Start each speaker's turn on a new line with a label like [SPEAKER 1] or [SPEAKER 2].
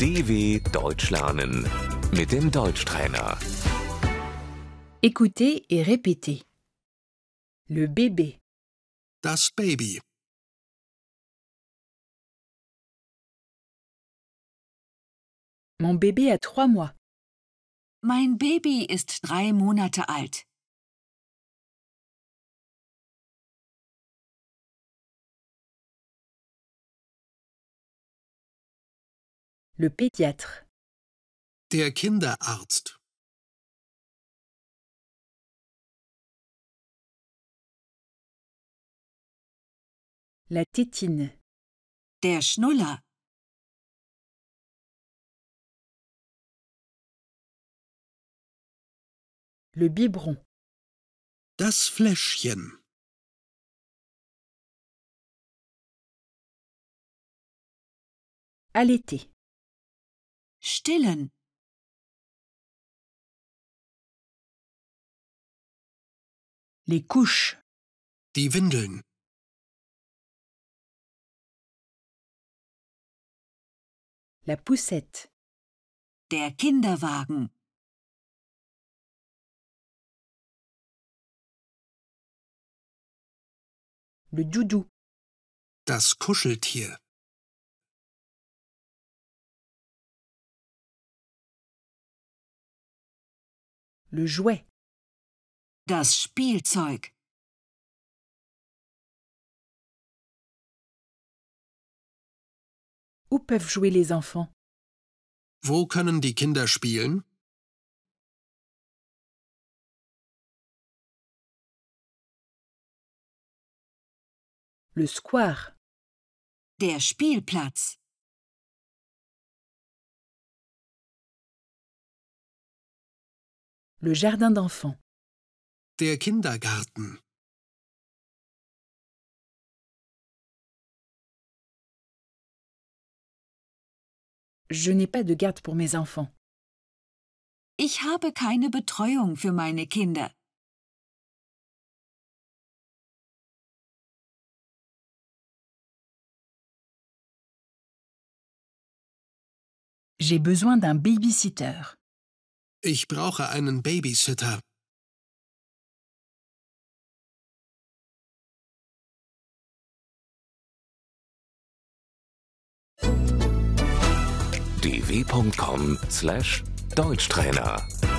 [SPEAKER 1] DW Deutsch lernen mit dem Deutschtrainer.
[SPEAKER 2] Écoutez et répétez. Le bébé,
[SPEAKER 3] Das Baby.
[SPEAKER 2] mon bébé a trois mois,
[SPEAKER 4] Mein Baby ist drei Monate alt.
[SPEAKER 2] le pédiatre,
[SPEAKER 3] Der Kinderarzt.
[SPEAKER 2] la tétine,
[SPEAKER 4] Der Schnuller.
[SPEAKER 2] le biberon,
[SPEAKER 3] Das Fläschchen.
[SPEAKER 2] allaiter,
[SPEAKER 4] Stillen.
[SPEAKER 2] les couches,
[SPEAKER 3] Die Windeln.
[SPEAKER 2] la poussette,
[SPEAKER 4] Der Kinderwagen.
[SPEAKER 2] le doudou,
[SPEAKER 3] Das Kuscheltier.
[SPEAKER 2] le jouet,
[SPEAKER 4] Das Spielzeug.
[SPEAKER 2] où peuvent jouer les enfants,
[SPEAKER 3] Wo können die Kinder spielen?
[SPEAKER 2] le square,
[SPEAKER 4] Der Spielplatz.
[SPEAKER 2] le jardin d'enfants,
[SPEAKER 3] Der Kindergarten.
[SPEAKER 2] je n'ai pas de garde pour mes enfants.
[SPEAKER 4] Ich habe keine Betreuung für meine Kinder.
[SPEAKER 2] J'ai besoin d'un babysitter.
[SPEAKER 3] Ich brauche einen Babysitter.
[SPEAKER 1] dw.com/deutschtrainer